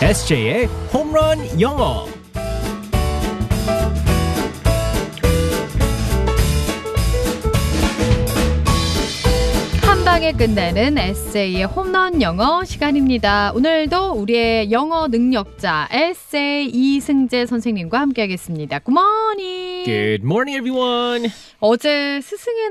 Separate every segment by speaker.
Speaker 1: SJ의 홈런 영어.
Speaker 2: 한 방에 끝내는 에세이의 홈런 영어 시간입니다. 오늘도 우리의 영어 능력자 에세이 이승재 선생님과 함께하겠습니다. 굿모닝.
Speaker 1: Good morning, everyone.
Speaker 2: 어제 스승의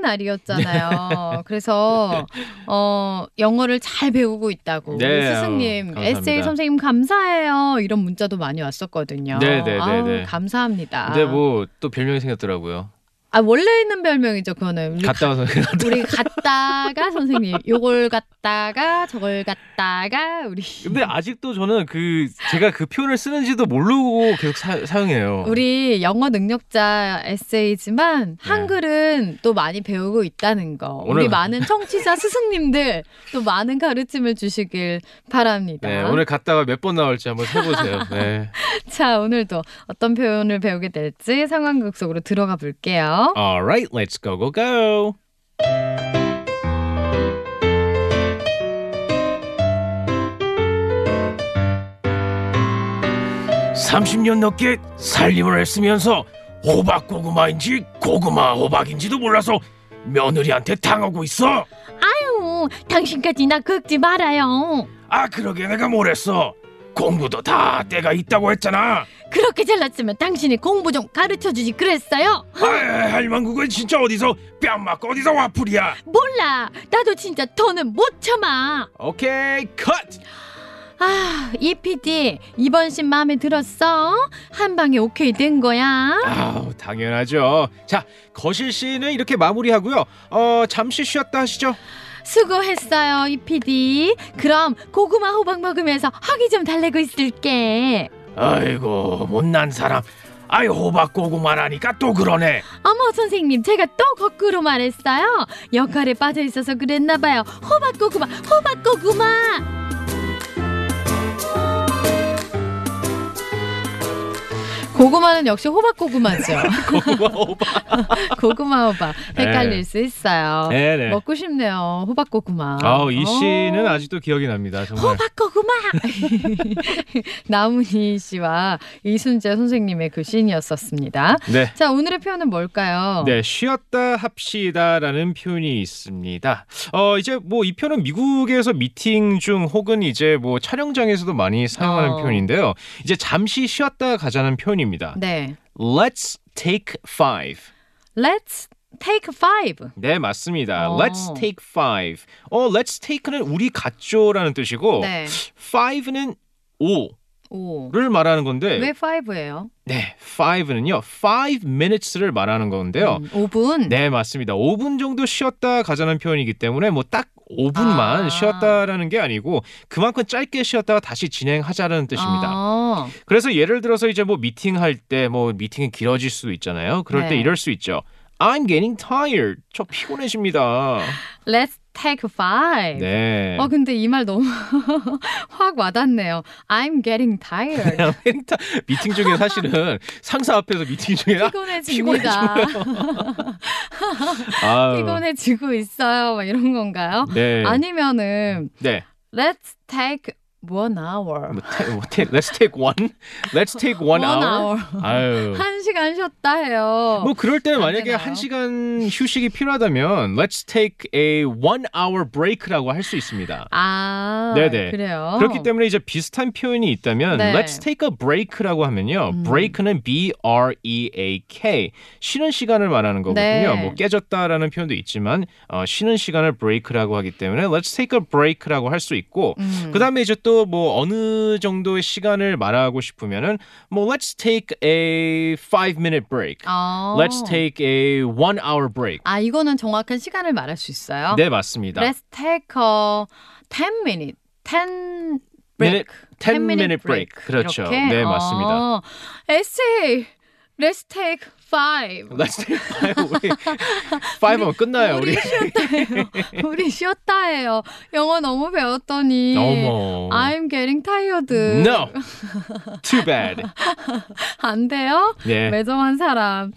Speaker 1: 네.
Speaker 2: 날이었잖아요. 그래서 어, 영어를 잘 배우고 있다고
Speaker 1: 네,
Speaker 2: 우리
Speaker 1: 어,
Speaker 2: 스승님,
Speaker 1: 감사합니다.
Speaker 2: 에세이 선생님 감사해요. 이런 문자도 많이 왔었거든요.
Speaker 1: 네, 네, 네,
Speaker 2: 아우,
Speaker 1: 네.
Speaker 2: 감사합니다.
Speaker 3: 근데 뭐 또 별명이 생겼더라고요.
Speaker 2: 아 원래 있는 별명이죠. 그거는 우리
Speaker 3: 갔다 와서
Speaker 2: 우리 갔다가 선생님 요걸 갔다가 저걸 갔다가 우리
Speaker 3: 근데 아직도 저는 그 제가 그 표현을 쓰는지도 모르고 계속 사, 사용해요.
Speaker 2: 우리 영어 능력자 에세이지만 한글은 또 많이 배우고 있다는 거 우리
Speaker 3: 네. 오늘-
Speaker 2: 많은 청취자 스승님들 또 많은 가르침을 주시길 바랍니다.
Speaker 3: 네, 오늘 갔다가 몇 번 나올지 한번 해보세요. 네.
Speaker 2: 자 오늘도 어떤 표현을 배우게 될지 상황극 속으로 들어가 볼게요.
Speaker 1: All right, let's go, go, go.
Speaker 3: 삼십 년 넘게 살림을 했으면서 호박 고구마인지 고구마 호박인지도 몰라서 며느리한테 당하고 있어.
Speaker 2: 아유 당신까지 나 긁지 말아요.
Speaker 3: 아 그러게 내가 뭘 했어. 공부도 다 때가 있다고 했잖아.
Speaker 2: 그렇게 잘났으면 당신이 공부 좀 가르쳐 주지 그랬어요?
Speaker 3: 아, 할망국은 진짜 어디서 뺨 맞고 어디서 와플이야.
Speaker 2: 몰라. 나도 진짜 더는 못 참아.
Speaker 1: Okay, cut.
Speaker 2: 아, 이 PD 이번 신 마음에 들었어? 한 방에 오케이 된 거야?
Speaker 1: 아우, 당연하죠. 자, 거실 씨는 이렇게 마무리하고요. 어, 잠시 쉬었다 하시죠.
Speaker 2: 수고했어요, 이 PD. 그럼 고구마 호박 먹으면서 허기 좀 달래고 있을게.
Speaker 3: 아이고 못난 사람. 아이 호박 고구마라니까 또 그러네.
Speaker 2: 어머 선생님, 제가 또 거꾸로 말했어요. 역할에 빠져 있어서 그랬나 봐요. 호박 고구마, 호박 고구마. 고구마는 역시 호박 고구마죠.
Speaker 1: 고구마 호박.
Speaker 2: 고구마 호박
Speaker 1: 네.
Speaker 2: 헷갈릴 수 있어요.
Speaker 1: 네네.
Speaker 2: 먹고 싶네요. 호박 고구마.
Speaker 1: 아우, 이 씨는
Speaker 2: 어.
Speaker 1: 아직도 기억이 납니다. 정말.
Speaker 2: 호박 고구마. 나문희 씨와 이순재 선생님의 그 씬이었었습니다.
Speaker 1: 네.
Speaker 2: 자 오늘의 표현은 뭘까요?
Speaker 1: 네, 쉬었다 합시다라는 표현이 있습니다. 어, 이제 뭐 이 표현은 미국에서 미팅 중 혹은 이제 뭐 촬영장에서도 많이 사용하는
Speaker 2: 어.
Speaker 1: 표현인데요. 이제 잠시 쉬었다 가자는 표현입니다.
Speaker 2: 네.
Speaker 1: Let's take five.
Speaker 2: Let's take five.
Speaker 1: 네, 맞습니다.
Speaker 2: 어.
Speaker 1: Let's take five. 어, let's take는 우리 같죠라는 뜻이고
Speaker 2: 네.
Speaker 1: five는 오를
Speaker 2: 오.
Speaker 1: 말하는 건데
Speaker 2: 왜 five예요?
Speaker 1: 네, five는요. five minutes를 말하는 건데요.
Speaker 2: 음. 5분.
Speaker 1: 네, 맞습니다. 5분 정도 쉬었다 가자는 표현이기 때문에 뭐 딱 5분만
Speaker 2: 아.
Speaker 1: 쉬었다라는 게 아니고 그만큼 짧게 쉬었다가 다시 진행하자라는 뜻입니다.
Speaker 2: 아,
Speaker 1: 그래서 예를 들어서 이제 뭐 미팅할 때 뭐 미팅이 길어질 수도 있잖아요. 그럴 때
Speaker 2: 네.
Speaker 1: 이럴 수 있죠. I'm getting tired. 저 피곤해집니다.
Speaker 2: let's take five.
Speaker 1: 네.
Speaker 2: 어 근데 이 말 너무 확 와닿네요. I'm getting tired.
Speaker 1: 미팅 중에 사실은 상사 앞에서 미팅 중에 아,
Speaker 2: 피곤해집니다.
Speaker 1: 아유.
Speaker 2: 피곤해지고 있어요. 막 이런 건가요?
Speaker 1: 네.
Speaker 2: 아니면은
Speaker 1: 네.
Speaker 2: Let's take one hour.
Speaker 1: 뭐, 태- 뭐, 태- let's take one. Let's take one, hour. 아유.
Speaker 2: 한 시간 쉬었다 해요.
Speaker 1: 뭐 그럴 때는
Speaker 2: 안
Speaker 1: 만약에
Speaker 2: 되나요?
Speaker 1: 한 시간 휴식이 필요하다면 let's take a one hour break라고 할 수 있습니다.
Speaker 2: 아,
Speaker 1: 네네.
Speaker 2: 그래요.
Speaker 1: 그렇기 때문에 이제 비슷한 표현이 있다면
Speaker 2: 네.
Speaker 1: let's take a break라고 하면요.
Speaker 2: 음.
Speaker 1: break는 b r e a k 쉬는 시간을 말하는 거거든요.
Speaker 2: 네.
Speaker 1: 뭐 깨졌다라는 표현도 있지만 어, 쉬는 시간을 break라고 하기 때문에 let's take a break라고 할 수 있고
Speaker 2: 음.
Speaker 1: 그다음에 이제 또 뭐 어느 정도의 시간을 말하고 싶으면은 뭐 let's take a five minute break.
Speaker 2: 어.
Speaker 1: Let's take a one hour break.
Speaker 2: 아, 이거는 정확한 시간을 말할 수 있어요.
Speaker 1: 네, 맞습니다.
Speaker 2: Let's take a 10 minute. 10 break.
Speaker 1: 10 minute break. 그렇죠.
Speaker 2: 이렇게?
Speaker 1: 네, 맞습니다.
Speaker 2: 어. 에세이. Let's take five.
Speaker 1: Let's take five. 우리 five 하면 끝나요, 우리.
Speaker 2: 쉬었다 해요. 우리 쉬었다 해요. 영어 너무 배웠더니.
Speaker 1: 어머. 네.
Speaker 2: I'm getting tired.
Speaker 1: No. Too bad.
Speaker 2: 안 돼요?
Speaker 1: 네.
Speaker 2: 매정한 사람.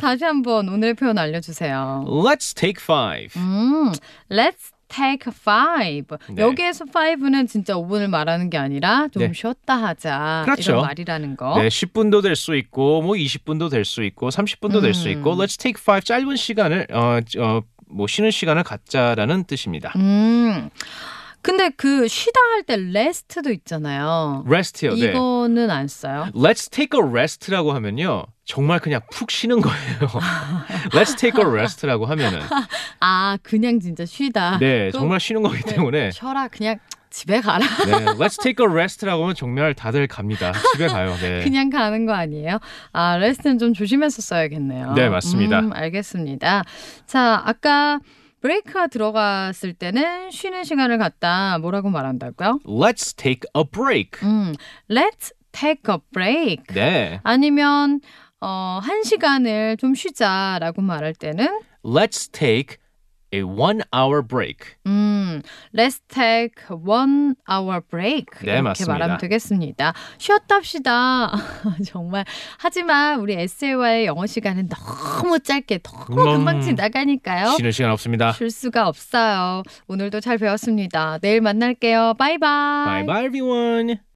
Speaker 2: 다시 한번 오늘의 표현 알려주세요.
Speaker 1: Let's take five.
Speaker 2: 음, let's take five.
Speaker 1: 네.
Speaker 2: 여기에서 five는 진짜 5분을 말하는 게 아니라 좀
Speaker 1: 네.
Speaker 2: 쉬었다 하자
Speaker 1: 그렇죠.
Speaker 2: 이런 말이라는 거.
Speaker 1: 네, 10분도 될 수 있고 뭐 20분도 될 수 있고 30분도 될 수 있고
Speaker 2: 음.
Speaker 1: let's take five 짧은 시간을 어 어 뭐 쉬는 시간을 갖자라는 뜻입니다.
Speaker 2: 음. 근데 그 쉬다 할 때 rest도 있잖아요.
Speaker 1: rest요. 네.
Speaker 2: 이거는 안 써요.
Speaker 1: let's take a rest라고 하면요. 정말 그냥 푹 쉬는 거예요. let's take a rest라고 하면은
Speaker 2: 아, 그냥 진짜 쉬다.
Speaker 1: 네,
Speaker 2: 또-
Speaker 1: 정말 쉬는 거기
Speaker 2: 네,
Speaker 1: 때문에
Speaker 2: 쉬어라 그냥 집에 가라.
Speaker 1: 네, let's take a rest라고 하면 정말 다들 갑니다. 집에 가요. 네.
Speaker 2: 그냥 가는 거 아니에요? 아, 레슨은 좀 조심해서 써야겠네요.
Speaker 1: 네, 맞습니다.
Speaker 2: 음, 알겠습니다. 자, 아까 브레이크가 들어갔을 때는 쉬는 시간을 갖다 뭐라고 말한다고요?
Speaker 1: let's take a break.
Speaker 2: 음, let's take a break.
Speaker 1: 네.
Speaker 2: 아니면 어, 한 시간을 좀 쉬자라고 말할 때는
Speaker 1: let's take a one hour break.
Speaker 2: 음, let's take one hour break
Speaker 1: 네,
Speaker 2: 이렇게
Speaker 1: 맞습니다.
Speaker 2: 말하면 되겠습니다. 쉬었답시다. 정말. 하지만 우리 SA와의 영어 시간은 너무 짧게 너무
Speaker 1: 음,
Speaker 2: 금방 지나가니까요.
Speaker 1: 쉬는 시간 없습니다.
Speaker 2: 쉴 수가 없어요. 오늘도 잘 배웠습니다. 내일 만날게요.
Speaker 1: Bye
Speaker 2: 바이바이.
Speaker 1: bye everyone.